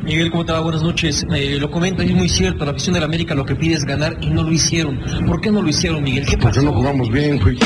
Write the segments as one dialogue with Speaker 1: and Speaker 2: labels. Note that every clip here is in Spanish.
Speaker 1: Miguel, ¿cómo te va? Buenas noches. Eh, lo comenta, es muy cierto, la afición de la América lo que pide es ganar y no lo hicieron. ¿Por qué no lo hicieron, Miguel? ¿Qué
Speaker 2: Porque
Speaker 1: pasó?
Speaker 2: Pues no jugamos bien, güey.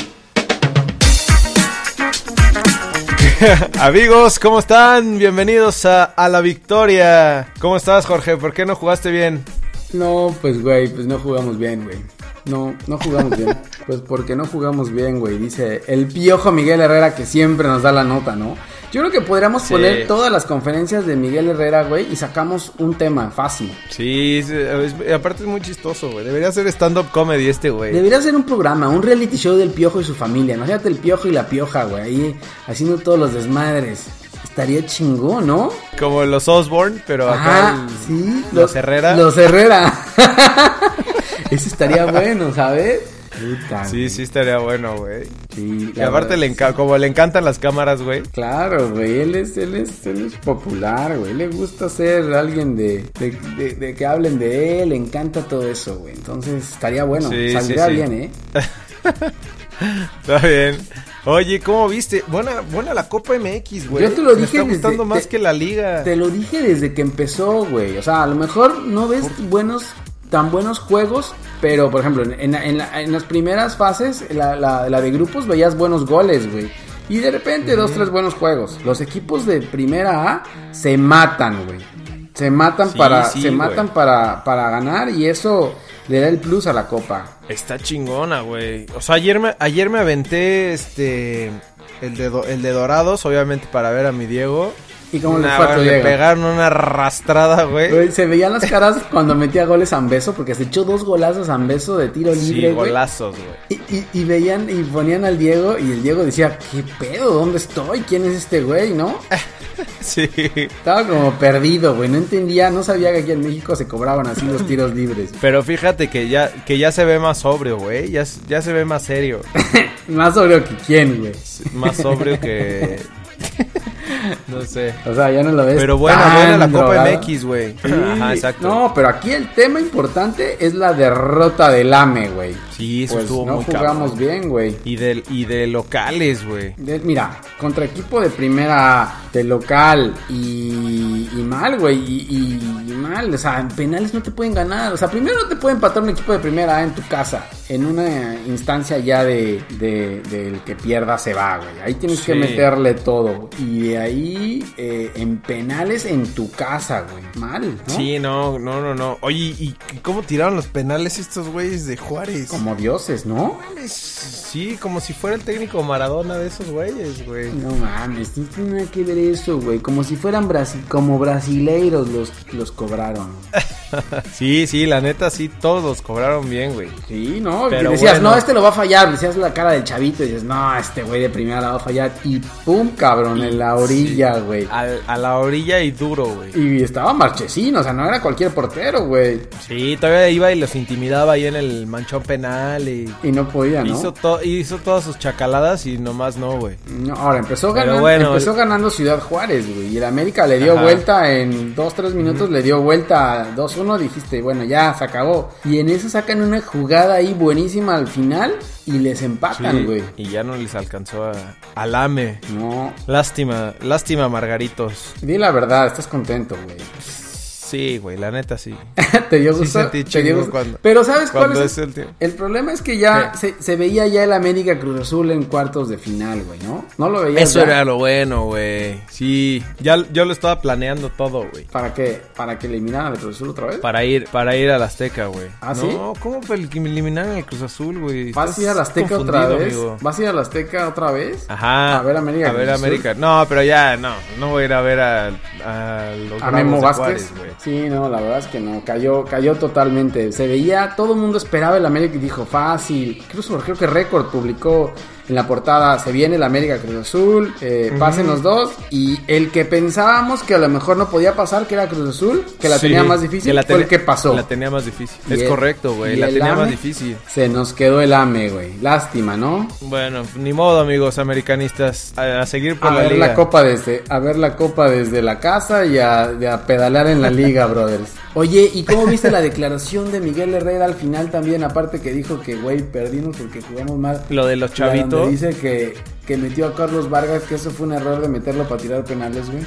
Speaker 3: Amigos, ¿cómo están? Bienvenidos a, a la victoria. ¿Cómo estás, Jorge? ¿Por qué no jugaste bien?
Speaker 4: No, pues güey, pues no jugamos bien, güey. No, no jugamos bien. Pues porque no jugamos bien, güey. Dice el piojo Miguel Herrera que siempre nos da la nota, ¿no? Yo creo que podríamos poner todas las conferencias de Miguel Herrera, güey, y sacamos un tema fácil.
Speaker 3: Sí, es- es- aparte es muy chistoso, güey. Debería ser stand-up comedy este, güey.
Speaker 4: Debería ser un programa, un reality show del piojo y su familia. ¿no? Fíjate el piojo y la pioja, güey, ahí haciendo todos los desmadres. Estaría chingón, ¿no?
Speaker 3: Como los Osborne, pero acá.
Speaker 4: Ajá,
Speaker 3: el-
Speaker 4: sí.
Speaker 3: los Herrera.
Speaker 4: Los Herrera. Eso estaría bueno, ¿sabes? Puta,
Speaker 3: Sí, sí, estaría bueno, güey.
Speaker 4: Sí,
Speaker 3: Y
Speaker 4: la
Speaker 3: aparte,
Speaker 4: verdad,
Speaker 3: le enca- como le encantan las cámaras, güey.
Speaker 4: Claro, güey, él es, él es, él es popular, güey, le gusta ser alguien de, de, de- de que hablen de él, le encanta todo eso, güey, entonces estaría bueno,
Speaker 3: Sí,
Speaker 4: saldría
Speaker 3: sí, sí.
Speaker 4: bien, ¿eh?
Speaker 3: Está bien. Oye, ¿cómo viste? Buena, buena la Copa MX, güey.
Speaker 4: Yo te lo
Speaker 3: Me
Speaker 4: dije
Speaker 3: está
Speaker 4: desde-
Speaker 3: gustando más
Speaker 4: te-
Speaker 3: que la Liga.
Speaker 4: Te lo dije desde que empezó, güey, o sea, a lo mejor no ves buenos, tan buenos juegos, pero, por ejemplo, en, en la- en la- en las primeras fases, la, la- la de grupos, veías buenos goles, güey. Y de repente dos, tres buenos juegos. Los equipos de primera A se matan, güey. Se matan
Speaker 3: Sí,
Speaker 4: para
Speaker 3: sí,
Speaker 4: se
Speaker 3: güey.
Speaker 4: matan para, para ganar y eso le da el plus a la copa.
Speaker 3: Está chingona, güey. O sea, ayer me, ayer me aventé este. El de, Do- el de Dorados, obviamente, para ver a mi Diego.
Speaker 4: ¿Y cómo le
Speaker 3: Nah,
Speaker 4: fue a tu
Speaker 3: güey, le
Speaker 4: Diego?
Speaker 3: pegaron una arrastrada, güey.
Speaker 4: Güey, se veían las caras cuando metía goles a Ambeso porque se echó dos golazos a Ambeso de tiro
Speaker 3: Sí,
Speaker 4: libre, güey.
Speaker 3: golazos, güey.
Speaker 4: y, y- y veían y ponían al Diego y el Diego decía, "¿Qué pedo? ¿Dónde estoy? ¿Quién es este güey?", ¿no?
Speaker 3: Sí.
Speaker 4: Estaba como perdido, güey, no entendía, no sabía que aquí en México se cobraban así los tiros libres.
Speaker 3: Pero fíjate que ya, que ya se ve más sobrio, güey. Ya, s- ya se ve más serio.
Speaker 4: Más sobre que quién, güey.
Speaker 3: Más sobrio que. no sé.
Speaker 4: O sea, ya no lo ves.
Speaker 3: Pero buena,
Speaker 4: tan
Speaker 3: buena la Copa
Speaker 4: drogado.
Speaker 3: MX, güey.
Speaker 4: Sí.
Speaker 3: Ajá, exacto.
Speaker 4: No, pero aquí el tema importante es la derrota del AME, güey.
Speaker 3: Sí, eso
Speaker 4: Pues
Speaker 3: estuvo
Speaker 4: no
Speaker 3: muy
Speaker 4: jugamos
Speaker 3: cabrón.
Speaker 4: bien, güey.
Speaker 3: Y de, y de locales, güey.
Speaker 4: De- Mira, contra equipo de primera A, de local y, y mal, güey, y, y- y mal, o sea, en penales no te pueden ganar, o sea, primero no te puede empatar un equipo de primera A en tu casa, en una instancia ya de, de- del que pierda se va, güey, ahí tienes que
Speaker 3: Sí.
Speaker 4: meterle todo, y de ahí eh, en penales en tu casa, güey, mal, ¿no?
Speaker 3: Sí, no, no, no, no. Oye, ¿y c- cómo tiraron los penales estos güeyes de Juárez?
Speaker 4: Como dioses, ¿no?
Speaker 3: Mames, Sí, como si fuera el técnico Maradona de esos güeyes, güey.
Speaker 4: No mames, no tiene nada que ver eso, güey. Como si fueran brasi como brasileiros los, los cobraron.
Speaker 3: Sí, sí, la neta, sí, todos los cobraron bien, güey.
Speaker 4: Sí, no,
Speaker 3: Pero
Speaker 4: decías,
Speaker 3: bueno.
Speaker 4: no, este lo va a fallar, decías la cara del chavito y dices, no, este güey de primera la va a fallar. Y pum, cabrón, en la orilla, güey.
Speaker 3: Al- a la orilla y duro, güey.
Speaker 4: Y estaba marchesino, o sea, no era cualquier portero, güey.
Speaker 3: Sí, todavía iba y los intimidaba ahí en el manchón penal y...
Speaker 4: Y no podía, ¿no?
Speaker 3: Hizo, to- hizo todas sus chacaladas y nomás no, güey.
Speaker 4: No, Ahora empezó
Speaker 3: Pero
Speaker 4: ganando,
Speaker 3: bueno,
Speaker 4: empezó
Speaker 3: el-
Speaker 4: ganando Ciudad Juárez, güey. Y el América le dio
Speaker 3: Ajá.
Speaker 4: vuelta en 2 3 minutos, le dio vuelta 2-1, dijiste, bueno, ya se acabó. Y en eso sacan una jugada ahí buenísima al final y les empatan, güey.
Speaker 3: Y ya no les alcanzó a... al AME.
Speaker 4: No,
Speaker 3: Lástima, lástima, Margaritos.
Speaker 4: di la verdad, estás contento, güey.
Speaker 3: Sí, güey, la neta sí.
Speaker 4: te dio
Speaker 3: Sí
Speaker 4: gusto.
Speaker 3: sentí
Speaker 4: te dio
Speaker 3: chingo
Speaker 4: gusto.
Speaker 3: cuando-
Speaker 4: Pero ¿sabes cuál
Speaker 3: cuando
Speaker 4: es?
Speaker 3: es el tiempo.
Speaker 4: problema es que ya se, se veía ya el América Cruz Azul en cuartos de final, güey, ¿no? No lo veías
Speaker 3: Eso
Speaker 4: ya
Speaker 3: era lo bueno, güey. Sí, ya yo lo estaba planeando todo, güey.
Speaker 4: para que para que eliminaran al Cruz Azul otra vez.
Speaker 3: Para ir, para ir al Azteca, güey.
Speaker 4: ¿Ah, sí?
Speaker 3: no, ¿cómo para el que me eliminaron el Cruz Azul, güey?
Speaker 4: ¿Vas a ir
Speaker 3: Estás
Speaker 4: al Azteca otra
Speaker 3: confundido,
Speaker 4: vez?
Speaker 3: amigo.
Speaker 4: ¿Vas a ir al Azteca otra vez?
Speaker 3: Ajá.
Speaker 4: A ver América.
Speaker 3: A ver
Speaker 4: Cruz Azul.
Speaker 3: América. No, pero ya, no. No voy a ir a ver a, a los
Speaker 4: A
Speaker 3: Bravos
Speaker 4: Memo
Speaker 3: de
Speaker 4: Vázquez.
Speaker 3: Juárez, güey.
Speaker 4: sí, no, la verdad es que no. Cayó, cayó totalmente. Se veía, todo el mundo esperaba el América y dijo fácil. Incluso creo que Record publicó en la portada: se viene el América Cruz Azul, eh, pasen los dos. Y el que pensábamos que a lo mejor no podía pasar, que era Cruz Azul, que la
Speaker 3: Sí,
Speaker 4: tenía más difícil,
Speaker 3: que la
Speaker 4: fue el
Speaker 3: teni-
Speaker 4: que pasó.
Speaker 3: La tenía más difícil.
Speaker 4: Y
Speaker 3: es
Speaker 4: el-
Speaker 3: correcto, güey.
Speaker 4: y
Speaker 3: La
Speaker 4: el
Speaker 3: tenía más
Speaker 4: AME
Speaker 3: difícil.
Speaker 4: Se nos quedó el AME, güey. Lástima, ¿no?
Speaker 3: Bueno, ni modo, amigos americanistas. A, a seguir por
Speaker 4: A
Speaker 3: la
Speaker 4: ver
Speaker 3: liga.
Speaker 4: la copa desde, a ver la copa desde la casa y a, y a pedalar en la liga, brothers. Oye, ¿y cómo viste la declaración de Miguel Herrera al final también? Aparte que dijo que, güey, perdimos porque jugamos mal.
Speaker 3: Lo de los
Speaker 4: Y a donde
Speaker 3: chavitos.
Speaker 4: Dice que, que metió a Carlos Vargas, que eso fue un error de meterlo para tirar penales, güey.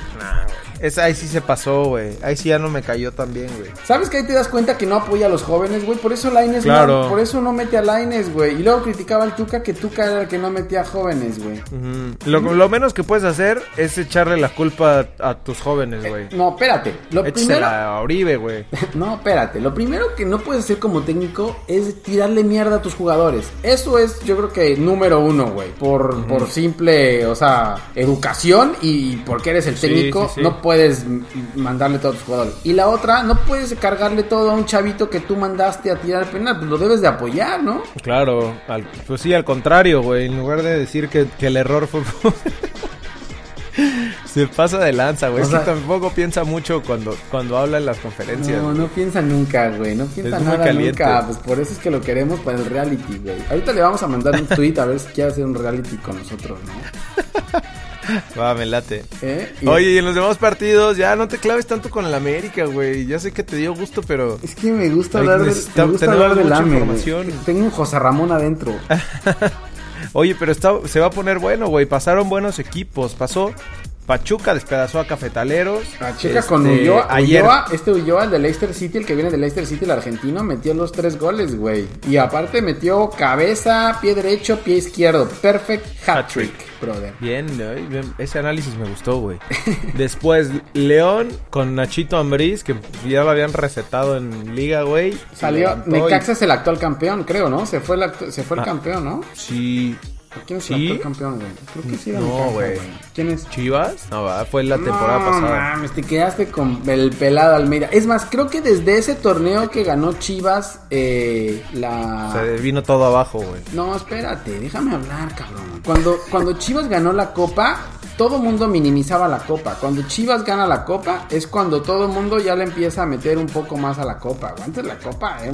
Speaker 3: Es, ahí sí se pasó, güey. Ahí sí ya no me cayó tan bien, güey.
Speaker 4: ¿Sabes que ahí te das cuenta que no apoya a los jóvenes, güey? Por eso Laines
Speaker 3: Claro.
Speaker 4: no, por eso no mete a Laines, güey. Y luego criticaba al Tuca que Tuca era el que no metía a jóvenes, güey.
Speaker 3: Ujú. Lo, lo menos que puedes hacer es echarle la culpa a, a tus jóvenes, güey.
Speaker 4: No, espérate. Eh, Lo primero,
Speaker 3: Échasela a Oribe, güey.
Speaker 4: no, espérate. Lo primero que no puedes hacer como técnico es tirarle mierda a tus jugadores. Eso es, yo creo que número uno, güey. Por, por simple, o sea, educación y porque eres el
Speaker 3: Sí,
Speaker 4: técnico,
Speaker 3: sí, sí.
Speaker 4: no puedes m- mandarle todo a tus jugadores. Y la otra, no puedes cargarle todo a un chavito que tú mandaste a tirar penal. Pues Lo debes de apoyar, ¿no?
Speaker 3: Claro, al- pues sí, al contrario, güey. En lugar de decir que, que el error fue. Se pasa de lanza, güey.
Speaker 4: O
Speaker 3: Es
Speaker 4: sea-
Speaker 3: que tampoco piensa mucho cuando, cuando habla en las conferencias.
Speaker 4: No,
Speaker 3: güey.
Speaker 4: no piensa nunca, güey. No piensa
Speaker 3: Es muy
Speaker 4: nada
Speaker 3: caliente.
Speaker 4: nunca. Pues por eso es que lo queremos para el reality, güey. Ahorita le vamos a mandar un tweet a ver si quiere hacer un reality con nosotros, ¿no?
Speaker 3: Va, me late.
Speaker 4: ¿Eh? Y-
Speaker 3: Oye, y en los demás partidos, ya no te claves tanto con el América, güey. Ya sé que te dio gusto, pero.
Speaker 4: Es que me gusta
Speaker 3: Ay,
Speaker 4: hablar, de,
Speaker 3: necesita-
Speaker 4: me gusta
Speaker 3: tenemos
Speaker 4: hablar del
Speaker 3: mucha
Speaker 4: AME, güey.
Speaker 3: información. Ah,
Speaker 4: Tengo un José Ramón adentro.
Speaker 3: Oye, pero está, se va a poner bueno, güey. Pasaron buenos equipos. Pasó Pachuca, despedazó a Cafetaleros.
Speaker 4: La chica
Speaker 3: Este,
Speaker 4: con Ulloa,
Speaker 3: Ayer.
Speaker 4: Ulloa, este Ulloa, el de Leicester City, el que viene de Leicester City, el argentino, metió los tres goles, güey. Y aparte metió cabeza, pie derecho, pie izquierdo. Perfect hat-trick, brother.
Speaker 3: Bien, ¿no? Y bien, ese análisis me gustó, güey. Después, León con Nachito Ambriz, que ya lo habían recetado en Liga, güey.
Speaker 4: Salió,
Speaker 3: Levantó y-
Speaker 4: Necaxa es el actual campeón, creo, ¿no? Se fue el, actu- se fue el
Speaker 3: Ah.
Speaker 4: campeón, ¿no?
Speaker 3: Sí.
Speaker 4: ¿A ¿Quién es
Speaker 3: Sí.
Speaker 4: el actual campeón, güey? Creo que sí era
Speaker 3: No,
Speaker 4: Necaxa,
Speaker 3: güey.
Speaker 4: ¿Quién es?
Speaker 3: ¿Chivas? No, va, fue la temporada
Speaker 4: no,
Speaker 3: pasada.
Speaker 4: mames, te quedaste con el pelado Almeida. Es más, creo que desde ese torneo que ganó Chivas, eh, la...
Speaker 3: O sea, vino todo abajo, güey.
Speaker 4: No, espérate, déjame hablar, cabrón. Cuando, cuando Chivas ganó la copa, todo mundo minimizaba la copa. Cuando Chivas gana la copa, es cuando todo mundo ya le empieza a meter un poco más a la copa. güey. Antes la copa, eh,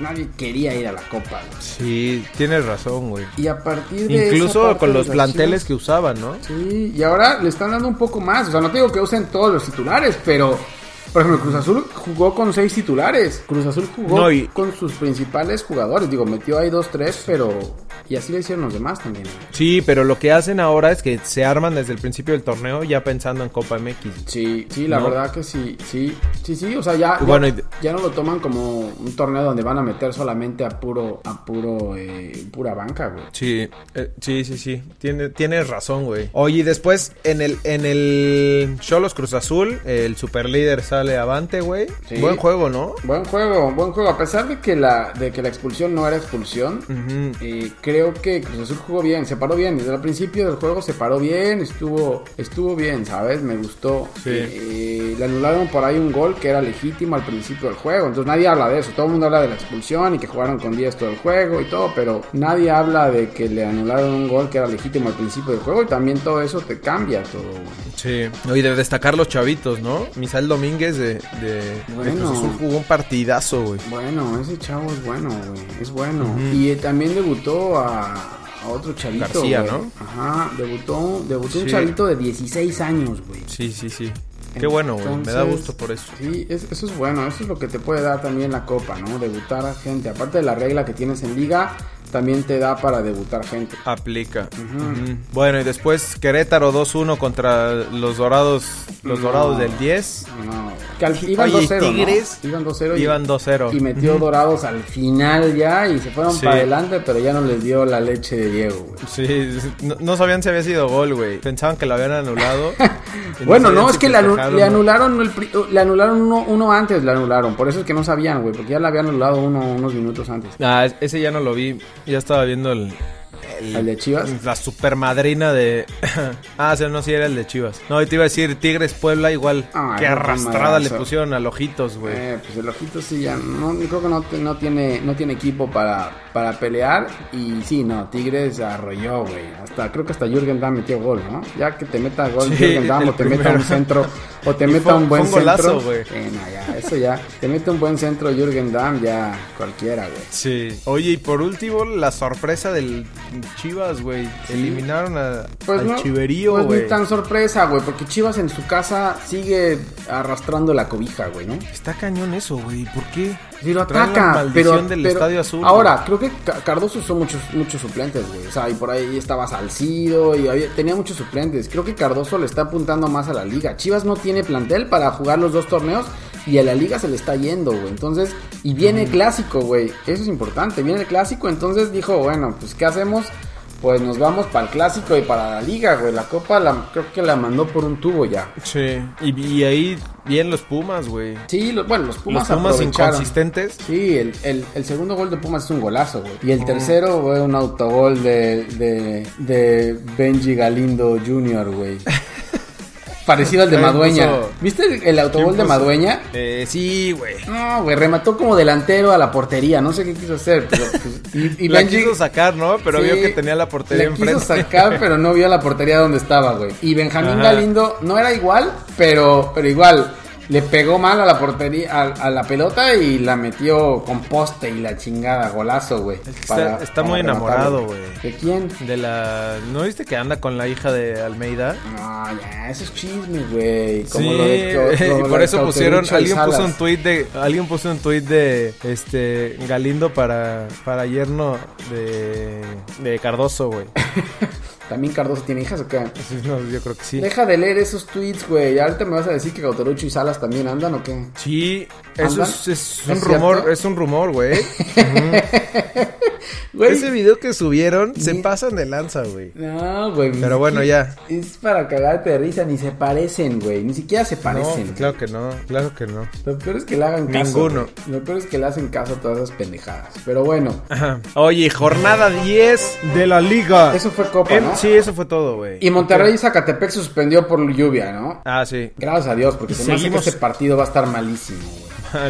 Speaker 4: nadie quería ir a la copa. güey.
Speaker 3: Sí, tienes razón, güey.
Speaker 4: Y a partir de esa
Speaker 3: Incluso
Speaker 4: parte
Speaker 3: con
Speaker 4: de
Speaker 3: los
Speaker 4: las
Speaker 3: planteles
Speaker 4: Chivas-
Speaker 3: que usaban, ¿no?
Speaker 4: Sí, y ahora le están dando un poco más. O sea, no te digo que usen todos los titulares, pero. Por ejemplo, Cruz Azul jugó con seis titulares. Cruz Azul jugó
Speaker 3: No, y-
Speaker 4: con sus principales jugadores. Digo, metió ahí dos, tres, pero. Y así le hicieron los demás también.
Speaker 3: Sí, pero lo que hacen ahora es que se arman desde el principio del torneo ya pensando en Copa MX.
Speaker 4: Sí, sí, la
Speaker 3: No.
Speaker 4: verdad que sí. Sí, sí, sí. O sea, ya. ya-
Speaker 3: Bueno, y-
Speaker 4: ya no lo toman como un torneo donde van a meter solamente a puro. A puro. eh, pura banca, güey.
Speaker 3: Sí, eh, sí, sí, sí. Tiene, tienes razón, güey. Oye, y después en el en el Cholos Cruz Azul, el superlíder sale avante, güey.
Speaker 4: Sí.
Speaker 3: Buen juego, ¿no?
Speaker 4: Buen juego, buen juego. A pesar de que la, de que la expulsión no era expulsión, eh, creo que Cruz Azul jugó bien, se paró bien. Desde el principio del juego se paró bien, estuvo, estuvo bien, ¿sabes? Me gustó.
Speaker 3: Sí.
Speaker 4: Eh, le anularon por ahí un gol que era legítimo al principio del juego. Entonces nadie habla de eso. Todo el mundo habla de la expulsión y que jugaron con 10 todo el juego y todo, pero nadie habla de que le anularon un gol que era legítimo al principio del juego y también todo eso te cambia todo. güey.
Speaker 3: Sí. Oye, de destacar los chavitos, ¿no? Misael Domínguez de, de, de
Speaker 4: Bueno.
Speaker 3: Cruz Azul jugó un partidazo, güey.
Speaker 4: Bueno, ese chavo es bueno, güey. Es bueno. Y eh, también debutó a, a otro chavito.
Speaker 3: García,
Speaker 4: güey.
Speaker 3: ¿no?
Speaker 4: Ajá, debutó, debutó un
Speaker 3: Sí.
Speaker 4: chavito de 16 años, güey.
Speaker 3: Sí, sí, sí. Qué bueno, güey. Me da
Speaker 4: Entonces,
Speaker 3: gusto por eso.
Speaker 4: Sí, es- eso es bueno, eso es lo que te puede dar también la copa, ¿no? Debutar a gente. Aparte de la regla que tienes en liga, también te da para debutar gente.
Speaker 3: Aplica. Ujú. Bueno, y después Querétaro 2-1 contra los Dorados, los
Speaker 4: No.
Speaker 3: Dorados del 10.
Speaker 4: No, que al- iban
Speaker 3: Oye,
Speaker 4: 2-0. ¿no?
Speaker 3: Tigres
Speaker 4: Iban 2-0. y-
Speaker 3: Iban 2-0.
Speaker 4: Y metió dorados al final ya y se fueron
Speaker 3: Sí.
Speaker 4: para adelante, pero ya no les dio la leche de Diego, güey.
Speaker 3: Sí, no, no sabían si había sido gol, güey. Pensaban que lo habían anulado. Y
Speaker 4: Bueno,
Speaker 3: sabían
Speaker 4: no, es
Speaker 3: si
Speaker 4: que le, anu-
Speaker 3: festejaron,
Speaker 4: le
Speaker 3: ¿no?
Speaker 4: anularon, el pri- uh, le anularon uno, uno antes, le anularon. Por eso es que no sabían, güey, porque ya le habían anulado uno unos minutos antes.
Speaker 3: Ah, es- ese ya no lo vi. Ya estaba viendo el...
Speaker 4: ¿Al de Chivas?
Speaker 3: La supermadrina de... ah, o sea, no, sí era el de Chivas. No, y te iba a decir Tigres Puebla igual.
Speaker 4: Ay,
Speaker 3: Qué
Speaker 4: no,
Speaker 3: arrastrada le
Speaker 4: madrazo.
Speaker 3: pusieron al Ojitos, güey.
Speaker 4: Eh, pues el ojito sí ya, no, yo creo que no, te- no tiene, no tiene equipo para, para pelear. Y sí, no, Tigres arrolló, güey. Hasta, creo que hasta Jürgen Damm metió gol, ¿no? Ya que te meta gol
Speaker 3: Sí,
Speaker 4: Jürgen Damm
Speaker 3: el
Speaker 4: o te meta
Speaker 3: primero.
Speaker 4: un centro, o te
Speaker 3: Y
Speaker 4: meta
Speaker 3: fue-
Speaker 4: un buen
Speaker 3: fue un golazo,
Speaker 4: centro.
Speaker 3: güey.
Speaker 4: Eh, no, ya, eso ya. Te mete un buen centro Jürgen Damm, ya cualquiera, güey.
Speaker 3: Sí. Oye, y por último, la sorpresa del Chivas, güey. Eliminaron a, al
Speaker 4: no,
Speaker 3: Chiverío,
Speaker 4: pues
Speaker 3: güey.
Speaker 4: ni tan sorpresa, güey, porque Chivas en su casa sigue arrastrando la cobija, güey, ¿no?
Speaker 3: Está cañón eso, güey. ¿Por qué?
Speaker 4: Sí, lo
Speaker 3: Traen
Speaker 4: ataca,
Speaker 3: la maldición
Speaker 4: pero,
Speaker 3: del
Speaker 4: pero
Speaker 3: Estadio Azul.
Speaker 4: Ahora, creo que Ca- Cardoso usó muchos, muchos suplentes, güey. O sea, y por ahí estaba Salcido y había- tenía muchos suplentes. Creo que Cardoso le está apuntando más a la liga. Chivas no tiene plantel para jugar los dos torneos y a la liga se le está yendo, güey. Entonces, y viene el clásico, güey. Eso es importante. Viene el clásico, entonces dijo, bueno, pues ¿qué hacemos? Pues nos vamos para el clásico y para la liga, güey. La copa la, creo que la mandó por un tubo ya.
Speaker 3: güey. Sí. Y, y ahí bien los Pumas, güey.
Speaker 4: Sí, lo- bueno, los Pumas,
Speaker 3: Los Pumas
Speaker 4: aprovecharon.
Speaker 3: inconsistentes.
Speaker 4: Sí, el, el, el segundo gol de Pumas es un golazo, güey. Y el tercero fue un autogol de, de, de Benji Galindo Jr., güey. Parecido al de
Speaker 3: ¿Quién
Speaker 4: Madueña.
Speaker 3: puso-
Speaker 4: ¿Viste el, el autogol
Speaker 3: ¿Quién
Speaker 4: de
Speaker 3: puso?
Speaker 4: Madueña?
Speaker 3: Eh, sí, güey.
Speaker 4: No, güey, remató como delantero a la portería. No sé qué quiso hacer. pero, pues, y, y
Speaker 3: Y la
Speaker 4: Benji-
Speaker 3: quiso sacar, ¿no? Pero
Speaker 4: Sí,
Speaker 3: vio que tenía la portería
Speaker 4: la quiso
Speaker 3: enfrente.
Speaker 4: sacar, pero no vio la portería donde estaba, güey. Y Benjamín
Speaker 3: Ajá.
Speaker 4: Galindo no era igual, pero, pero igual. Le pegó mal a la portería, a, a la pelota y la metió con poste y la chingada, golazo, güey.
Speaker 3: que está-
Speaker 4: para-
Speaker 3: está
Speaker 4: para
Speaker 3: muy
Speaker 4: rematarlo.
Speaker 3: enamorado, güey.
Speaker 4: ¿De quién?
Speaker 3: De la... ¿No viste que anda con la hija de Almeida?
Speaker 4: No, ya, eso es chisme, güey.
Speaker 3: Sí,
Speaker 4: Como lo de- lo-
Speaker 3: y
Speaker 4: lo
Speaker 3: por
Speaker 4: de
Speaker 3: eso pusieron,
Speaker 4: Cauterucho y
Speaker 3: alguien puso
Speaker 4: Salas.
Speaker 3: un tuit de, alguien puso un tuit de, este, Galindo para, para yerno de, de Cardoso, güey.
Speaker 4: ¿También Cardoso tiene hijas o qué?
Speaker 3: Sí, no, yo creo que sí.
Speaker 4: Deja de leer esos tweets, güey. Ahorita me vas a decir que Cauterucho y Salas también andan o qué.
Speaker 3: Sí, eso
Speaker 4: ¿Andan?
Speaker 3: es, es
Speaker 4: ¿Es
Speaker 3: un
Speaker 4: cierto?
Speaker 3: rumor, es un rumor, güey.
Speaker 4: Güey,
Speaker 3: Ese video que subieron se
Speaker 4: Ni-
Speaker 3: pasan de lanza, güey.
Speaker 4: No, güey. ni
Speaker 3: Pero bueno,
Speaker 4: siquiera-
Speaker 3: ya.
Speaker 4: Es para cagarte de risa, ni se parecen, güey. Ni siquiera se
Speaker 3: No,
Speaker 4: parecen.
Speaker 3: claro que no, claro que no.
Speaker 4: Lo peor es que le hagan caso.
Speaker 3: Ninguno.
Speaker 4: güey. Lo peor es que le hacen caso a todas esas pendejadas. Pero bueno,
Speaker 3: Ajá. Oye, jornada 10 de la liga.
Speaker 4: Eso fue Copa,
Speaker 3: Em,
Speaker 4: ¿no?
Speaker 3: Sí, eso fue todo, güey.
Speaker 4: y Monterrey y Zacatepec suspendió por lluvia, ¿no?
Speaker 3: Ah, sí.
Speaker 4: Gracias a Dios, porque se me hace que
Speaker 3: Seguimos.
Speaker 4: este partido va a estar malísimo, güey.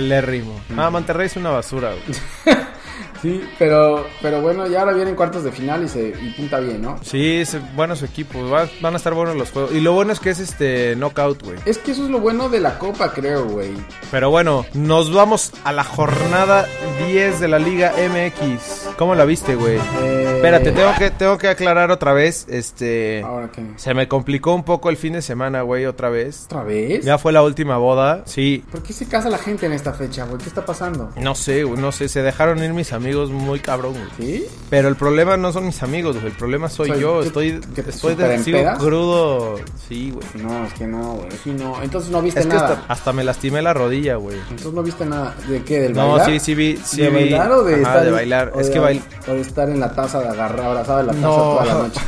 Speaker 3: Lérrimo. Ah, Monterrey es una basura, güey.
Speaker 4: Sí, pero, pero bueno, ya ahora vienen cuartos de final y se y pinta bien, ¿no?
Speaker 3: Sí, es bueno su equipo. va- van a estar buenos los juegos. Y lo bueno es que es este knockout, güey.
Speaker 4: Es que eso es lo bueno de la Copa, creo, güey.
Speaker 3: Pero bueno, nos vamos a la jornada 10 de la Liga MX. ¿Cómo la viste, güey?
Speaker 4: Eh,
Speaker 3: Espérate, tengo que, tengo que aclarar otra vez. Este.
Speaker 4: ¿Ahora qué?
Speaker 3: Se me complicó un poco el fin de semana, güey, otra vez.
Speaker 4: ¿Otra vez?
Speaker 3: Ya fue la última boda. Sí.
Speaker 4: ¿Por qué se casa la gente en esta fecha, güey? ¿Qué está pasando?
Speaker 3: No sé, güey, no sé. Se dejaron ir mis amigos muy cabrón, güey.
Speaker 4: ¿Sí?
Speaker 3: Pero el problema no son mis amigos, güey. El problema soy
Speaker 4: Soy-
Speaker 3: yo.
Speaker 4: ¿qué-
Speaker 3: Estoy,
Speaker 4: qué te
Speaker 3: estoy de, sigo
Speaker 4: superempedas?
Speaker 3: crudo. Sí, güey.
Speaker 4: No, es que no, güey. Sí, no. Entonces no viste
Speaker 3: Es que
Speaker 4: nada.
Speaker 3: hasta, hasta me lastimé la rodilla, güey.
Speaker 4: Entonces no viste nada. ¿De qué? ¿Del
Speaker 3: No,
Speaker 4: bailar?
Speaker 3: sí, sí vi, sí
Speaker 4: ¿De
Speaker 3: vi.
Speaker 4: bailar o de
Speaker 3: Ajá,
Speaker 4: estar
Speaker 3: de
Speaker 4: en-
Speaker 3: bailar.
Speaker 4: o
Speaker 3: Es
Speaker 4: de-
Speaker 3: que bail-
Speaker 4: O de estar en la taza de agarrar, abrazado de la taza
Speaker 3: No.
Speaker 4: toda la noche.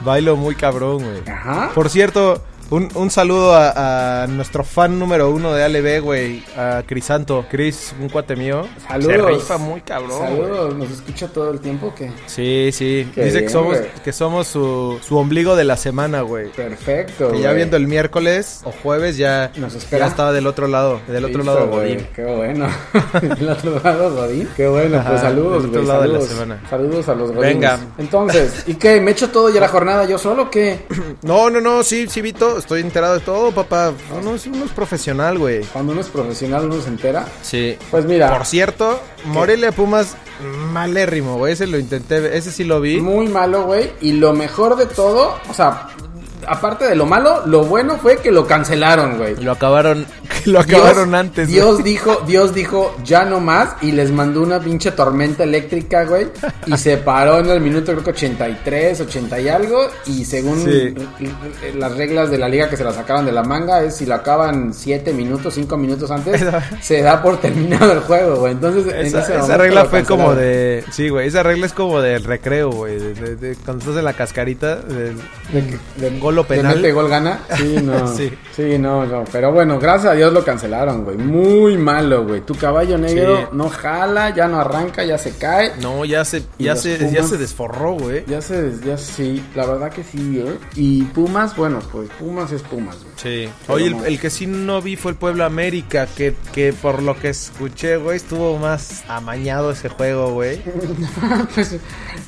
Speaker 3: Bailo muy cabrón, güey.
Speaker 4: Ajá.
Speaker 3: Por cierto, un, un saludo a, a nuestro fan número uno de ALB, güey. A Crisanto. Cris, un cuate mío.
Speaker 4: Saludos.
Speaker 3: Se rifa muy cabrón, güey.
Speaker 4: Saludos, ¿nos escucha todo el tiempo? que
Speaker 3: Sí, sí.
Speaker 4: Qué
Speaker 3: Dice
Speaker 4: bien,
Speaker 3: que somos,
Speaker 4: güey.
Speaker 3: que somos su, su ombligo de la semana, güey.
Speaker 4: Perfecto.
Speaker 3: Que ya
Speaker 4: güey.
Speaker 3: viendo el miércoles o jueves ya,
Speaker 4: Nos espera.
Speaker 3: ya estaba del otro lado, del otro
Speaker 4: Listo,
Speaker 3: lado de
Speaker 4: güey,
Speaker 3: Godín.
Speaker 4: Qué bueno. el otro lado, Godín. Qué bueno,
Speaker 3: Ajá,
Speaker 4: pues saludos,
Speaker 3: del otro
Speaker 4: güey.
Speaker 3: lado de la
Speaker 4: Saludos.
Speaker 3: semana.
Speaker 4: saludos a los Godines.
Speaker 3: Venga.
Speaker 4: Entonces, ¿y qué? ¿Me echo todo ya la jornada yo solo o qué?
Speaker 3: No, no, no, sí, sí, Vito, estoy enterado de todo, papá. Uno es, uno es profesional, güey.
Speaker 4: Cuando uno es profesional uno se entera.
Speaker 3: Sí.
Speaker 4: Pues mira.
Speaker 3: Por cierto, Morelia Pumas, malérrimo, güey. Ese lo intenté, ese sí lo vi.
Speaker 4: Muy malo, güey. Y lo mejor de todo, o sea, aparte de lo malo, lo bueno fue que lo cancelaron, güey.
Speaker 3: Lo acabaron, lo acabaron
Speaker 4: Dios-
Speaker 3: antes. güey.
Speaker 4: Dios dijo, Dios dijo, ya no más. Y les mandó una pinche tormenta eléctrica, güey. Y se paró en el minuto, creo que 83, 80 y algo. Y según
Speaker 3: Sí.
Speaker 4: r- r- las reglas de la liga que se la sacaron de la manga, es si lo acaban 7 minutos, 5 minutos antes,
Speaker 3: Esa-
Speaker 4: se da por terminado el juego, güey. Entonces, en
Speaker 3: Esa,
Speaker 4: ese
Speaker 3: esa
Speaker 4: momento
Speaker 3: regla
Speaker 4: lo
Speaker 3: fue como
Speaker 4: cancelaron.
Speaker 3: de. Sí, güey. Esa regla es como del recreo, güey. de- de- de- cuando estás en la cascarita del, del gol o
Speaker 4: ¿De
Speaker 3: penal.
Speaker 4: mete gol gana? Sí, no. sí.
Speaker 3: Sí.
Speaker 4: no, no. Pero bueno, gracias a Dios lo cancelaron, güey. Muy malo, güey. Tu caballo negro
Speaker 3: Sí.
Speaker 4: no jala, ya no arranca, ya se cae.
Speaker 3: No, ya se,
Speaker 4: Y
Speaker 3: ya
Speaker 4: los
Speaker 3: se, ya
Speaker 4: Pumas-
Speaker 3: se desforró, güey.
Speaker 4: Ya se, ya sí, la verdad que sí, ¿eh? Y Pumas, bueno, pues Pumas es Pumas, güey.
Speaker 3: Sí. Oye, el, el que sí no vi fue el Puebla América, que, que por lo que escuché, güey, estuvo más amañado ese juego, güey.
Speaker 4: pues,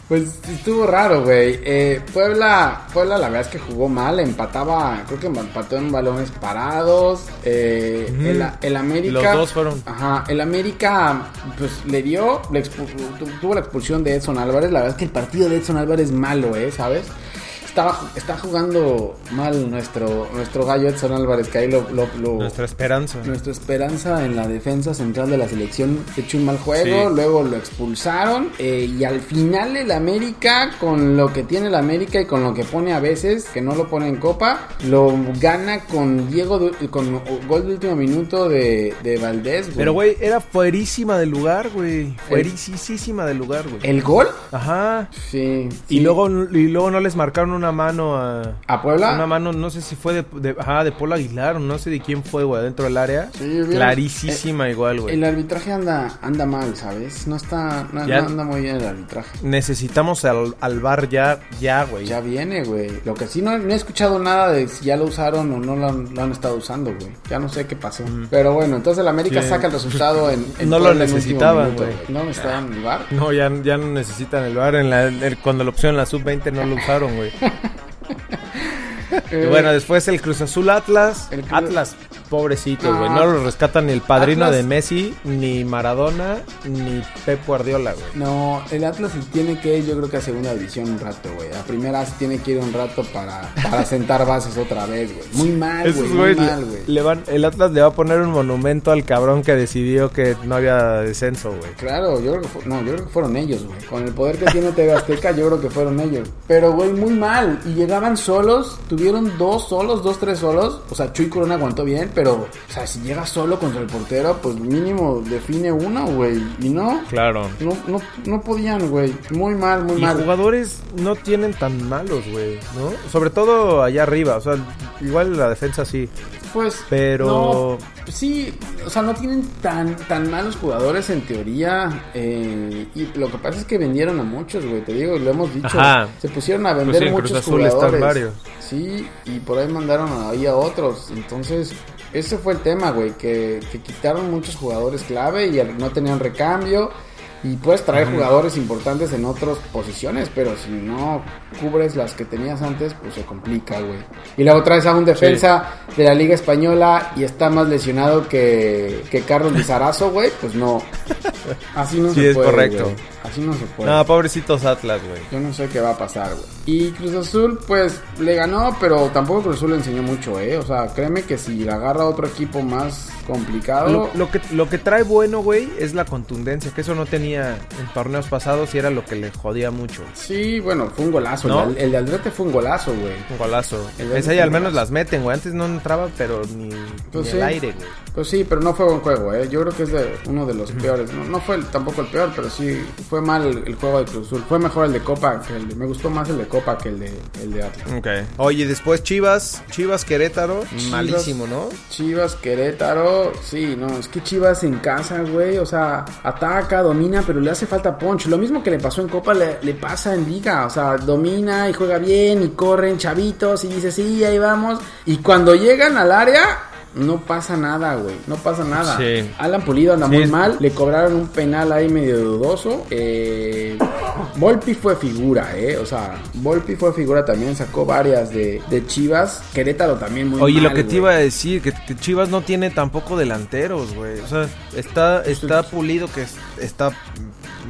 Speaker 4: pues estuvo raro, güey. Eh, Puebla, Puebla la verdad es que jugó mal, empataba, creo que empató en balones parados. Eh,
Speaker 3: Ujú.
Speaker 4: el, el América.
Speaker 3: Los dos fueron.
Speaker 4: Ajá, el América pues le dio, le expu- tu- tuvo la expulsión de Edson Álvarez. La verdad es que el partido de Edson Álvarez es malo, ¿eh? ¿Sabes? Estaba, ju- está jugando mal nuestro, nuestro gallo Edson Álvarez, que ahí lo- lo- lo,
Speaker 3: Nuestra esperanza.
Speaker 4: nuestra esperanza en la defensa central de la selección echó un mal juego,
Speaker 3: Sí.
Speaker 4: luego lo expulsaron eh, y al final el América, con lo que tiene el América y con lo que pone a veces, que no lo pone en copa, lo gana con Diego Du- con gol de último minuto de, de Valdés. güey.
Speaker 3: Pero, güey, era fuerísima del lugar, güey. Fuerísima del lugar, güey.
Speaker 4: ¿El gol?
Speaker 3: Ajá.
Speaker 4: Sí.
Speaker 3: Y
Speaker 4: sí.
Speaker 3: luego, y luego no les marcaron una mano a...
Speaker 4: ¿A Puebla?
Speaker 3: Una mano, no sé si fue de, de, ajá, de Paul Aguilar o no sé de quién fue, güey, dentro del área.
Speaker 4: Sí, Eh, hubiera-
Speaker 3: Clarísima igual, güey.
Speaker 4: El arbitraje anda anda mal, ¿sabes? No está no,
Speaker 3: Ya-
Speaker 4: no anda muy bien el arbitraje.
Speaker 3: Necesitamos al, al bar ya, ya, güey.
Speaker 4: Ya viene, güey. Lo que sí no, no he escuchado nada de si ya lo usaron o no lo han, lo han estado usando, güey. Ya no sé qué pasó. Pero bueno, entonces el América
Speaker 3: Sí.
Speaker 4: saca el resultado en. en
Speaker 3: No lo
Speaker 4: Puebla en último
Speaker 3: necesitaban,
Speaker 4: minuto,
Speaker 3: güey.
Speaker 4: No necesitaban el bar.
Speaker 3: No, ya, ya no necesitan el bar. En la, en- cuando la opción en la sub-20 no lo usaron, güey. Y bueno, después el Cruz Azul Atlas.
Speaker 4: Eh, El Cruz-
Speaker 3: Atlas, pobrecito,
Speaker 4: No.
Speaker 3: güey. No lo rescatan ni el padrino
Speaker 4: Atlas-
Speaker 3: de Messi, ni Maradona, ni Pep Guardiola, güey.
Speaker 4: No, el Atlas se tiene que ir, yo creo que a segunda división un rato, güey. A primera se tiene que ir un rato para, para sentar bases otra vez, güey. Muy mal,
Speaker 3: Esos
Speaker 4: güey. Muy
Speaker 3: güeyes le-
Speaker 4: mal, güey.
Speaker 3: le van- el Atlas le va a poner un monumento al cabrón que decidió que no había descenso, güey.
Speaker 4: Claro, yo creo que, fu- no, yo creo que fueron ellos, güey. Con el poder que tiene TV Azteca, yo creo que fueron ellos. Pero, güey, muy mal. Y llegaban solos, tuvieron dos solos, dos, tres solos. O sea, Chuy Corona aguantó bien, pero, o sea, si llega solo contra el portero, pues mínimo define uno, güey. Y no,
Speaker 3: Claro.
Speaker 4: no, no, no podían, güey. Muy mal, muy
Speaker 3: Y
Speaker 4: mal.
Speaker 3: jugadores no tienen tan malos, güey, ¿no? Sobre todo allá arriba, o sea, igual la defensa sí.
Speaker 4: Pues,
Speaker 3: Pero-
Speaker 4: no, sí, o sea, no tienen tan, tan malos jugadores en teoría. eh, y lo que pasa es que vendieron a muchos, güey, te digo, lo hemos dicho.
Speaker 3: Ajá.
Speaker 4: Se pusieron a
Speaker 3: Pues sí,
Speaker 4: vender
Speaker 3: en
Speaker 4: muchos
Speaker 3: Cruz Azul están
Speaker 4: jugadores.
Speaker 3: varios.
Speaker 4: Sí, y por ahí mandaron ahí a otros. Entonces, ese fue el tema, güey, que, que quitaron muchos jugadores clave y al- no tenían recambio. Y puedes traer jugadores importantes en otras posiciones, pero si no cubres las que tenías antes, pues se complica, güey. Y luego traes a un defensa de la Liga Española y está más lesionado que, que Carlos Lizarazo, güey, pues no. Así no
Speaker 3: Sí,
Speaker 4: se
Speaker 3: es
Speaker 4: puede.
Speaker 3: correcto.
Speaker 4: güey. Así no se puede.
Speaker 3: No, pobrecitos Atlas, güey.
Speaker 4: Yo no sé qué va a pasar, güey. Y Cruz Azul, pues, le ganó, pero tampoco Cruz Azul le enseñó mucho, ¿eh? O sea, créeme que si la agarra otro equipo más complicado...
Speaker 3: Lo, lo que, lo que trae bueno, güey, es la contundencia, que eso no tenía en torneos pasados y era lo que le jodía mucho.
Speaker 4: Sí, bueno, fue un golazo.
Speaker 3: ¿No?
Speaker 4: El, de- el de Aldrete fue un golazo, güey.
Speaker 3: Un golazo.
Speaker 4: El gol
Speaker 3: Esa
Speaker 4: fue
Speaker 3: ya al
Speaker 4: un
Speaker 3: menos
Speaker 4: golazo.
Speaker 3: las meten, güey. Antes no entraba, pero ni,
Speaker 4: Pues
Speaker 3: ni
Speaker 4: sí.
Speaker 3: el aire, güey.
Speaker 4: Pues sí, pero no fue buen juego, ¿eh? Yo creo que es de uno de los peores. No, no fue el- tampoco el peor, pero sí fue mal el, el juego de Cruz Azul. Fue mejor el de Copa que el de... Me gustó más el de Copa que el de, el de Atlas.
Speaker 3: Oye, después Chivas, Chivas Querétaro,
Speaker 4: Chivas.
Speaker 3: malísimo, ¿no?
Speaker 4: Chivas, Querétaro, sí, no, es que Chivas en casa, güey, o sea, ataca, domina, pero le hace falta punch. Lo mismo que le pasó en Copa, le, le pasa en Liga, o sea, domina y juega bien y corren chavitos y dice, sí, ahí vamos. Y cuando llegan al área, no pasa nada, güey, no pasa nada.
Speaker 3: Sí.
Speaker 4: Alan Pulido anda
Speaker 3: Sí,
Speaker 4: muy
Speaker 3: es-
Speaker 4: mal, le cobraron un penal ahí medio dudoso. Eh, Volpi fue figura, eh, o sea, Volpi fue figura también, sacó varias de, de Chivas. Querétaro también muy
Speaker 3: Oye,
Speaker 4: mal,
Speaker 3: lo que te
Speaker 4: güey.
Speaker 3: iba a decir, que, que Chivas no tiene tampoco delanteros, güey. O sea, está,
Speaker 4: Pues,
Speaker 3: está pulido, que es- está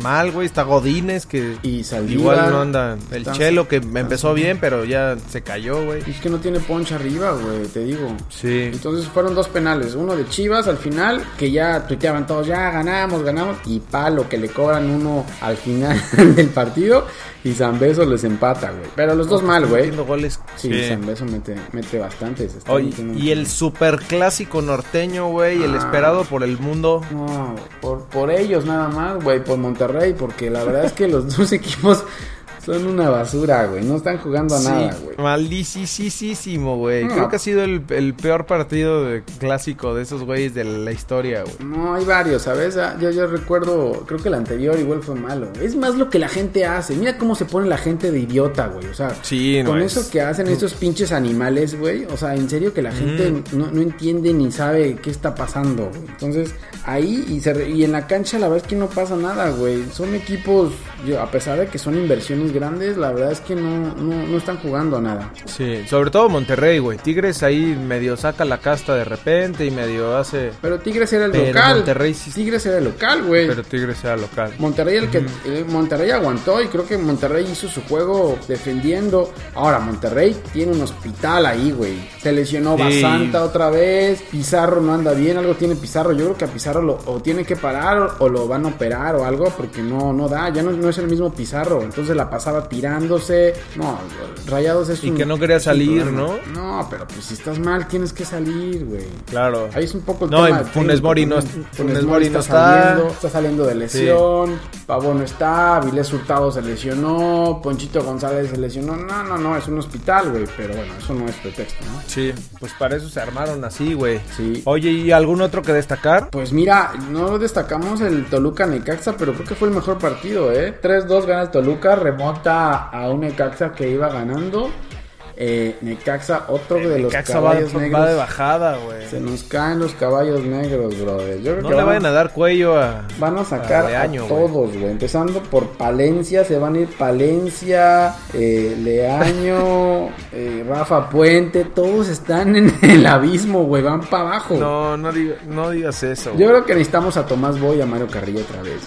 Speaker 3: mal, güey. Está Godínez, que
Speaker 4: Y Saldívar.
Speaker 3: igual no anda. El
Speaker 4: Está-
Speaker 3: Chelo, que empezó bien, pero ya se cayó, güey.
Speaker 4: Es que no tiene poncha arriba, güey, te digo.
Speaker 3: Sí.
Speaker 4: Entonces fueron dos penales, uno de Chivas al final, que ya tuiteaban todos, ya ganamos, ganamos, y palo, que le cobran uno al final del partido, y Zambeso les empata, güey. Pero los dos mal, güey.
Speaker 3: Haciendo goles.
Speaker 4: Sí, Zambeso mete, mete bastantes. está
Speaker 3: Oye,
Speaker 4: metiendo
Speaker 3: y el superclásico norteño, güey, el
Speaker 4: Ah.
Speaker 3: esperado por el mundo.
Speaker 4: No, por, por ellos nada más, güey, por Monterrey, porque la verdad es que los dos equipos Son una basura, güey. No están jugando a nada, güey.
Speaker 3: Maldicisísimo, güey.
Speaker 4: No.
Speaker 3: Creo que ha sido el, el peor partido de- clásico de esos güeyes de la historia, güey.
Speaker 4: No, hay varios, ¿sabes? Ah, Yo, yo recuerdo, creo que el anterior igual fue malo. Es más lo que la gente hace. Mira cómo se pone la gente de idiota, güey. O sea,
Speaker 3: Sí, no
Speaker 4: con
Speaker 3: es-
Speaker 4: eso que hacen estos pinches animales, güey. O sea, en serio que la gente no, no entiende ni sabe qué está pasando. güey. Entonces, ahí y, se re- y en la cancha la verdad es que no pasa nada, güey. Son equipos, yo, a pesar de que son inversiones grandes, la verdad es que no, no, no están jugando a nada.
Speaker 3: Sí, sobre todo Monterrey, güey. Tigres ahí medio saca la casta de repente y medio hace...
Speaker 4: Pero Tigres era el
Speaker 3: Pero
Speaker 4: local.
Speaker 3: Monterrey sí-
Speaker 4: Tigres era el local, güey.
Speaker 3: Pero Tigres era local.
Speaker 4: Monterrey el que el Monterrey aguantó y creo que Monterrey hizo su juego defendiendo. Ahora Monterrey tiene un hospital ahí, güey. Se lesionó
Speaker 3: Sí.
Speaker 4: Basanta otra vez, Pizarro no anda bien, algo tiene Pizarro. Yo creo que a Pizarro lo o tiene que parar o, o lo van a operar o algo porque no no da, ya no, no es el mismo Pizarro. Entonces la pasaba tirándose. No, Rayados es
Speaker 3: Y
Speaker 4: un-
Speaker 3: que no quería
Speaker 4: es un
Speaker 3: salir,
Speaker 4: problema. No, pero pues si estás mal tienes que salir, güey.
Speaker 3: Claro.
Speaker 4: Ahí es un poco el
Speaker 3: No,
Speaker 4: tema ¿eh?
Speaker 3: y
Speaker 4: del
Speaker 3: Funes
Speaker 4: técnico
Speaker 3: Mori no,
Speaker 4: también.
Speaker 3: Funes Mori no
Speaker 4: saliendo,
Speaker 3: está.
Speaker 4: está saliendo de lesión, Pavón no está, Vilés Hurtado se lesionó, Ponchito González se lesionó. No, no, no, es un hospital, güey, pero bueno, eso no es pretexto, ¿no?
Speaker 3: Sí, pues para eso se armaron así, güey.
Speaker 4: Sí.
Speaker 3: Oye, ¿y algún otro que destacar?
Speaker 4: Pues mira, no destacamos el Toluca Necaxa, pero creo que fue el mejor partido, ¿eh? 3-2 gana el Toluca, remonta a un Necaxa que iba ganando. Eh, Necaxa, otro de los
Speaker 3: Necaxa va,
Speaker 4: caballos
Speaker 3: va
Speaker 4: negros.
Speaker 3: de bajada, güey.
Speaker 4: Se nos caen los caballos negros, brother. Yo creo
Speaker 3: No
Speaker 4: que
Speaker 3: le
Speaker 4: van-
Speaker 3: vayan a dar cuello a.
Speaker 4: Van a sacar
Speaker 3: Ah, de año,
Speaker 4: a
Speaker 3: güey.
Speaker 4: todos, güey. Empezando por Palencia, se van a ir Palencia, eh, Leaño, eh, Rafa Puente, todos están en el abismo, güey. Van para abajo.
Speaker 3: No, no, diga- no digas eso.
Speaker 4: Yo
Speaker 3: güey.
Speaker 4: creo que necesitamos a Tomás Boy y a Mario Carrillo otra vez.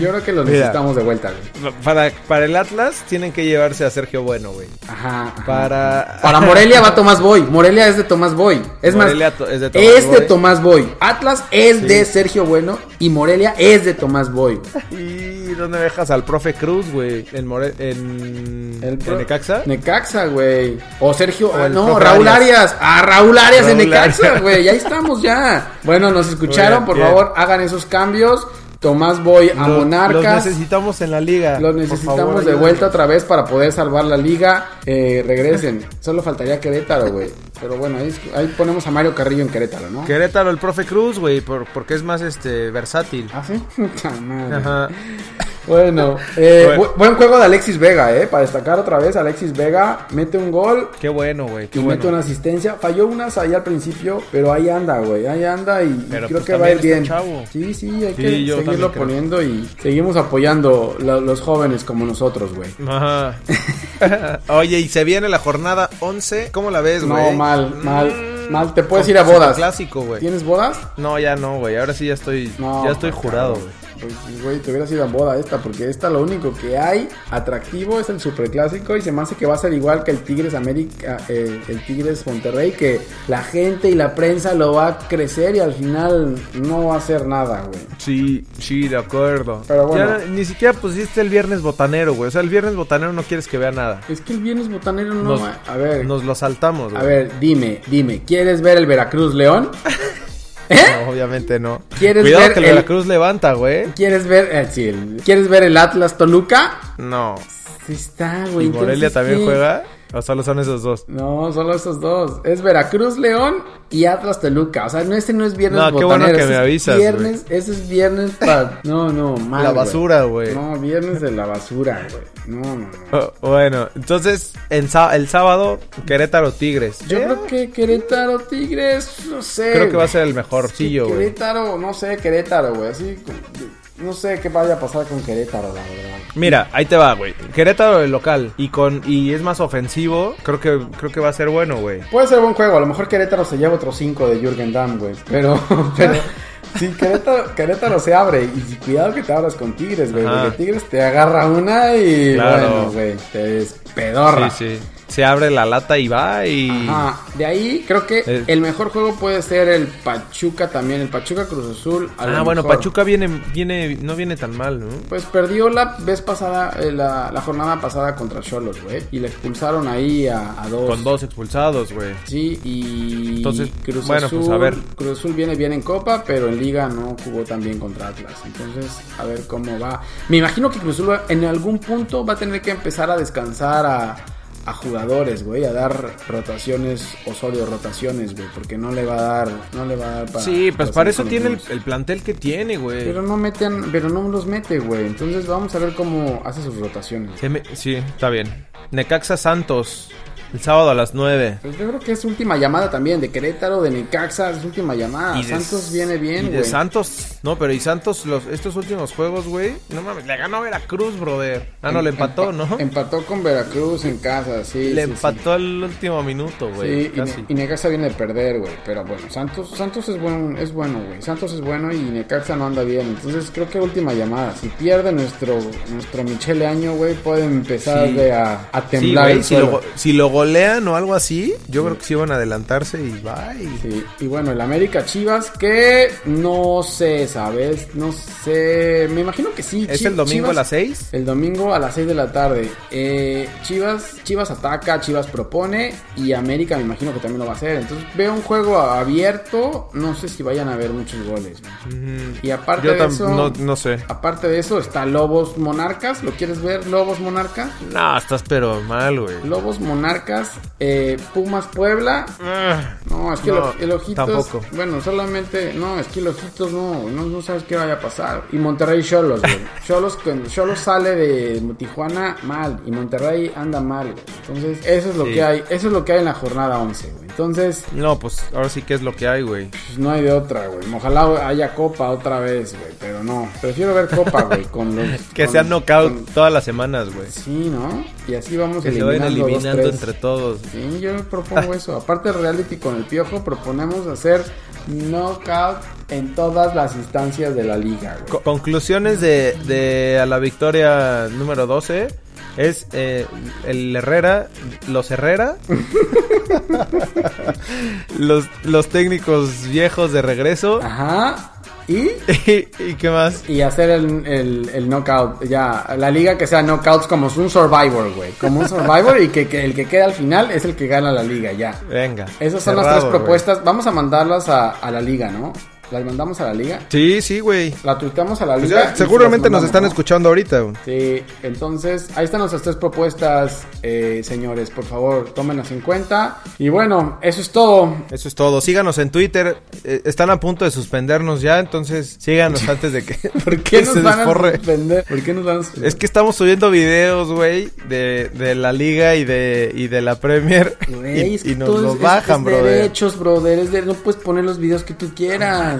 Speaker 4: Yo creo que los
Speaker 3: Mira.
Speaker 4: necesitamos de vuelta, güey.
Speaker 3: Para, para el Atlas tienen que llevarse a Sergio Bueno, güey.
Speaker 4: Ajá. ajá.
Speaker 3: Para.
Speaker 4: Para Morelia va Tomás Boy. Morelia es de Tomás Boy. Es
Speaker 3: Morelia
Speaker 4: más,
Speaker 3: to- es de Tomás
Speaker 4: es de
Speaker 3: Boy.
Speaker 4: Tomás Boy. Atlas es de Sergio Bueno y Morelia es de Tomás Boy.
Speaker 3: ¿Y dónde dejas al profe Cruz, güey? ¿En, More... en...
Speaker 4: El pro-
Speaker 3: en Necaxa?
Speaker 4: Necaxa, güey. O Sergio,
Speaker 3: O el
Speaker 4: no,
Speaker 3: profe
Speaker 4: Raúl Arias.
Speaker 3: Arias.
Speaker 4: Ah, Raúl Arias en
Speaker 3: Raúl
Speaker 4: Necaxa,
Speaker 3: Arias.
Speaker 4: güey. Ya estamos ya. Bueno, nos escucharon,
Speaker 3: Muy
Speaker 4: por
Speaker 3: bien.
Speaker 4: favor, hagan esos cambios. Tomás Boy a
Speaker 3: Los-
Speaker 4: Monarcas.
Speaker 3: Los necesitamos en la liga.
Speaker 4: Los
Speaker 3: Por
Speaker 4: necesitamos
Speaker 3: favor,
Speaker 4: de
Speaker 3: ayúdenos.
Speaker 4: vuelta otra vez para poder salvar la liga. Eh, regresen. Solo faltaría Querétaro, güey. Pero bueno, ahí, ahí ponemos a Mario Carrillo en Querétaro, ¿no?
Speaker 3: Querétaro, el profe Cruz, güey, por- porque es más este versátil.
Speaker 4: ¿Ah, sí? Puta madre.
Speaker 3: Ajá.
Speaker 4: Bueno, eh,
Speaker 3: Bueno.
Speaker 4: bu- buen juego de Alexis Vega, ¿eh? Para destacar otra vez, Alexis Vega mete un gol,
Speaker 3: Qué bueno, güey. Qué
Speaker 4: Y mete una
Speaker 3: bueno.
Speaker 4: asistencia. Falló unas ahí al principio, pero ahí anda, güey. Ahí anda y, y
Speaker 3: Pero,
Speaker 4: creo
Speaker 3: pues,
Speaker 4: que va a ir
Speaker 3: también
Speaker 4: bien.
Speaker 3: está chavo.
Speaker 4: Sí, sí, hay
Speaker 3: Sí,
Speaker 4: que
Speaker 3: yo también creo.
Speaker 4: seguirlo poniendo y seguimos apoyando lo- los jóvenes como nosotros, güey.
Speaker 3: Ajá. Oye, y se viene la jornada 11. ¿Cómo la ves,
Speaker 4: No,
Speaker 3: güey?
Speaker 4: mal, mal,
Speaker 3: Mm,
Speaker 4: mal. Te puedes
Speaker 3: con-
Speaker 4: ir a
Speaker 3: con
Speaker 4: bodas.
Speaker 3: Clásico, güey.
Speaker 4: ¿Tienes bodas?
Speaker 3: No, ya no, güey. Ahora sí ya estoy
Speaker 4: No.
Speaker 3: ya estoy
Speaker 4: cabrón.
Speaker 3: jurado, güey.
Speaker 4: Pues, Güey, te hubieras ido a boda esta, porque esta lo único que hay atractivo es el superclásico y se me hace que va a ser igual que el Tigres América, eh, el Tigres Monterrey, que la gente y la prensa lo va a crecer y al final no va a hacer nada, güey.
Speaker 3: Sí, sí, de acuerdo.
Speaker 4: Pero bueno.
Speaker 3: Ya ni siquiera pusiste el viernes botanero, güey. O sea, el viernes botanero no quieres que vea nada.
Speaker 4: Es que el viernes botanero no.
Speaker 3: Nos-
Speaker 4: a ver,
Speaker 3: Nos lo saltamos, güey.
Speaker 4: a ver, dime, dime, ¿quieres ver el Veracruz León? ¿Eh?
Speaker 3: No, obviamente no.
Speaker 4: ¿Quieres
Speaker 3: Cuidado
Speaker 4: ver
Speaker 3: que el
Speaker 4: el-
Speaker 3: Veracruz levanta, güey.
Speaker 4: ¿Quieres ver eh, sí, el, ¿quieres ver el Atlas Toluca?
Speaker 3: No.
Speaker 4: Sí está, güey.
Speaker 3: ¿Y Morelia
Speaker 4: Pues entonces,
Speaker 3: también
Speaker 4: ¿qué?
Speaker 3: juega? ¿O solo son esos dos?
Speaker 4: No, solo esos dos. Es Veracruz León y Atlas Toluca. O sea, no este no es viernes
Speaker 3: No, qué bueno
Speaker 4: botanero,
Speaker 3: que
Speaker 4: ese
Speaker 3: me
Speaker 4: es
Speaker 3: avisas,
Speaker 4: Viernes, ese es viernes para No, no, mal.
Speaker 3: La
Speaker 4: güey.
Speaker 3: basura, güey.
Speaker 4: No, viernes de la basura, güey. No, no, no.
Speaker 3: Oh, bueno, entonces en sá- el sábado Querétaro Tigres.
Speaker 4: Yo
Speaker 3: Eh,
Speaker 4: creo que Querétaro Tigres, no sé.
Speaker 3: creo que va a
Speaker 4: güey.
Speaker 3: ser el mejorcillo,
Speaker 4: Sí,
Speaker 3: güey.
Speaker 4: Querétaro, no sé, Querétaro, güey. Así, como- no sé qué vaya a pasar con Querétaro, la verdad.
Speaker 3: Mira, ahí te va, güey. Querétaro el local y con y es más ofensivo, creo que creo que va a ser bueno, güey.
Speaker 4: Puede ser buen juego, a lo mejor Querétaro se lleva otros 5 de Jürgen Damm, güey. Pero, pero, sí, Querétaro, Querétaro se abre. Y si- cuidado que te hablas con Tigres, güey.
Speaker 3: Ajá.
Speaker 4: Porque Tigres te agarra una y,
Speaker 3: Claro.
Speaker 4: bueno, güey, te despedorra.
Speaker 3: Sí, sí. se abre la lata y va y...
Speaker 4: Ajá. De ahí creo que
Speaker 3: Eh.
Speaker 4: el mejor juego puede ser el Pachuca también, el Pachuca Cruz Azul. a lo
Speaker 3: Ah, bueno,
Speaker 4: mejor.
Speaker 3: Pachuca viene, viene, no viene tan mal, ¿no?
Speaker 4: Pues perdió la vez pasada, eh, la, la jornada pasada contra Cholos, güey. Y le expulsaron ahí a, a dos.
Speaker 3: Con dos expulsados, güey.
Speaker 4: Sí, y
Speaker 3: Entonces, bueno, pues, a ver.
Speaker 4: Cruz Azul viene bien en Copa, pero en Liga no jugó tan bien contra Atlas. Entonces, a ver cómo va. Me imagino que Cruz Azul va- en algún punto va a tener que empezar a descansar a, a jugadores, güey, a dar rotaciones, Osorio rotaciones, güey, porque no le va a dar, no le va a dar para...
Speaker 3: Sí, pues para eso
Speaker 4: hacer
Speaker 3: tiene el,
Speaker 4: cambios.
Speaker 3: el plantel que tiene, güey.
Speaker 4: Pero no meten, pero no los mete, güey. Entonces vamos a ver cómo hace sus rotaciones.
Speaker 3: Se me- Sí, está bien. Necaxa Santos, el sábado a las 9.
Speaker 4: Pues yo creo que es última llamada también de Querétaro, de Necaxa, es última llamada.
Speaker 3: Y de-
Speaker 4: Ah, Santos viene bien,
Speaker 3: y
Speaker 4: güey.
Speaker 3: de Santos, no, pero y Santos, los, estos últimos juegos, güey. No mames, le ganó a Veracruz, brother. Ah,
Speaker 4: Em,
Speaker 3: no, le empató,
Speaker 4: Empa-
Speaker 3: ¿no?
Speaker 4: Empató con Veracruz en casa, sí.
Speaker 3: Le
Speaker 4: sí, sí.
Speaker 3: empató al último minuto, güey.
Speaker 4: Sí, y,
Speaker 3: casi.
Speaker 4: Ne- y Necaxa viene de perder, güey. Pero bueno, Santos, Santos es bueno, es bueno, güey. Santos es bueno y Necaxa no anda bien. Entonces creo que última llamada. Si pierde nuestro, nuestro Michele Año, güey, puede empezar
Speaker 3: Sí.
Speaker 4: de a, a
Speaker 3: Sí,
Speaker 4: temblar
Speaker 3: güey,
Speaker 4: el
Speaker 3: si, lo,
Speaker 4: suelo.
Speaker 3: go- si lo golean o algo así, yo creo que sí van a adelantarse y bye.
Speaker 4: Sí, y bueno, el América Chivas, que no sé, ¿sabes? No sé. Me imagino que sí.
Speaker 3: ¿Es
Speaker 4: Chi-
Speaker 3: el domingo
Speaker 4: Chivas-
Speaker 3: a las 6?
Speaker 4: El domingo a las 6 de la tarde. Eh, Chivas, Chivas ataca, Chivas propone y América me imagino que también lo va a hacer. Entonces veo un juego abierto, no sé si vayan a haber muchos goles. güey. Y aparte
Speaker 3: Yo
Speaker 4: de
Speaker 3: tam-
Speaker 4: eso,
Speaker 3: no, no sé.
Speaker 4: aparte de eso está Lobos Monarcas, ¿lo quieres ver? Lobos Monarcas.
Speaker 3: No, estás pero mal, güey.
Speaker 4: Lobos Monarcas, eh, Pumas Puebla.
Speaker 3: Ah,
Speaker 4: No, es que
Speaker 3: No,
Speaker 4: el, el ojitos,
Speaker 3: tampoco.
Speaker 4: bueno, solamente, no, es que el ojitos no, no, no sabes qué vaya a pasar. Y Monterrey Cholos, güey. Cholos, con- Cholos sale de Tijuana mal y Monterrey anda mal, güey. Entonces, eso es lo
Speaker 3: Sí.
Speaker 4: que hay, eso es lo que hay en la jornada 11, güey. Entonces,
Speaker 3: No, pues ahora sí que es lo que hay, güey.
Speaker 4: pues, no hay de otra, güey. Ojalá haya copa otra vez, güey, pero no. Prefiero ver copa, güey, con los
Speaker 3: Que
Speaker 4: con-
Speaker 3: sean knockout
Speaker 4: con-
Speaker 3: todas las semanas, güey.
Speaker 4: sí, ¿no? Y así vamos
Speaker 3: Que se vayan
Speaker 4: eliminando dos,
Speaker 3: eliminando
Speaker 4: tres.
Speaker 3: entre todos.
Speaker 4: Sí, yo propongo eso. Aparte del reality con el piojo, proponemos hacer knockout en todas las instancias de la liga, güey.
Speaker 3: Co- conclusiones de, de a la victoria número 12 es eh, el Herrera, los Herrera, los, los técnicos viejos de regreso
Speaker 4: Ajá. Y,
Speaker 3: y, y qué más.
Speaker 4: y hacer el, el- el knockout, ya, la liga que sea knockouts como un survivor, güey. Como un survivor y que, que el que queda al final es el que gana la liga, ya.
Speaker 3: Venga.
Speaker 4: Esas son las
Speaker 3: cerrado,
Speaker 4: tres
Speaker 3: güey.
Speaker 4: propuestas. Vamos a mandarlas a, a la liga, ¿no? Las mandamos a la liga.
Speaker 3: Sí, sí, güey.
Speaker 4: La tuiteamos a la
Speaker 3: Pues
Speaker 4: liga.
Speaker 3: ya,
Speaker 4: y se las
Speaker 3: seguramente nos
Speaker 4: mandamos,
Speaker 3: están
Speaker 4: ¿no?
Speaker 3: escuchando ahorita. güey.
Speaker 4: Sí, entonces ahí están nuestras tres propuestas, eh, señores. Por favor, tómenlas en cuenta. Y bueno, eso es todo.
Speaker 3: Eso es todo. Síganos en Twitter. Eh, están a punto de suspendernos ya, entonces síganos antes de que,
Speaker 4: ¿Por qué nos
Speaker 3: se
Speaker 4: van a
Speaker 3: desforre.
Speaker 4: suspender? ¿Por qué nos van a suspender?
Speaker 3: Es que estamos subiendo videos, güey, de, de la liga y de, y de la Premier.
Speaker 4: Güey,
Speaker 3: y,
Speaker 4: es que
Speaker 3: y nos
Speaker 4: todo
Speaker 3: los
Speaker 4: es- es-
Speaker 3: bajan,
Speaker 4: es
Speaker 3: brother.
Speaker 4: derechos, brother. Es de, no puedes poner los videos que tú quieras.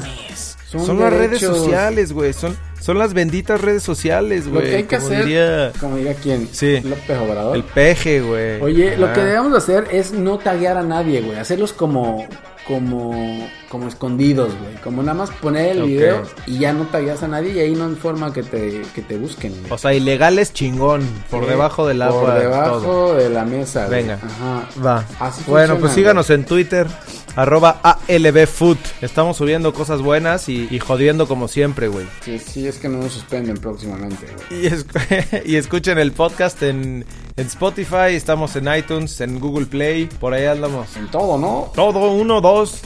Speaker 3: Son, las redes
Speaker 4: derechos.
Speaker 3: sociales, güey. Son, son las benditas redes sociales,
Speaker 4: Lo
Speaker 3: güey.
Speaker 4: que hay que
Speaker 3: como
Speaker 4: hacer,
Speaker 3: diría
Speaker 4: como diga quién,
Speaker 3: Sí.
Speaker 4: López Obrador.
Speaker 3: el peje, güey.
Speaker 4: Oye, lo
Speaker 3: Ah.
Speaker 4: que debemos hacer es no taguear a nadie, güey. Hacerlos como, como, como escondidos, güey. Como nada más poner el
Speaker 3: Ok.
Speaker 4: video y ya no tagueas a nadie y ahí no hay forma que te, que te busquen. güey.
Speaker 3: O sea, ilegales chingón. Por
Speaker 4: Sí,
Speaker 3: debajo del agua.
Speaker 4: Por debajo
Speaker 3: todo.
Speaker 4: de la mesa, güey.
Speaker 3: Venga.
Speaker 4: Ajá.
Speaker 3: Va.
Speaker 4: Así
Speaker 3: bueno,
Speaker 4: funciona,
Speaker 3: pues síganos en Twitter, arroba ALBFood. Estamos subiendo cosas buenas y, y jodiendo como siempre, güey.
Speaker 4: Sí, sí, es que no nos suspenden próximamente, güey.
Speaker 3: Y, es- y escuchen el podcast en, en Spotify, estamos en iTunes, en Google Play, por ahí andamos.
Speaker 4: En todo, ¿no?
Speaker 3: Todo, uno, dos,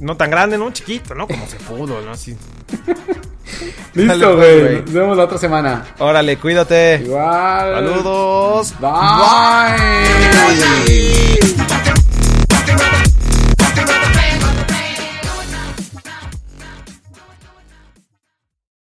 Speaker 3: no tan grande, no chiquito, ¿no? Como se pudo, ¿no? Así. Dale, pues,
Speaker 4: Listo, güey.
Speaker 3: güey.
Speaker 4: Nos vemos la otra semana.
Speaker 3: Órale, cuídate.
Speaker 4: Igual.
Speaker 3: Saludos.
Speaker 4: Bye.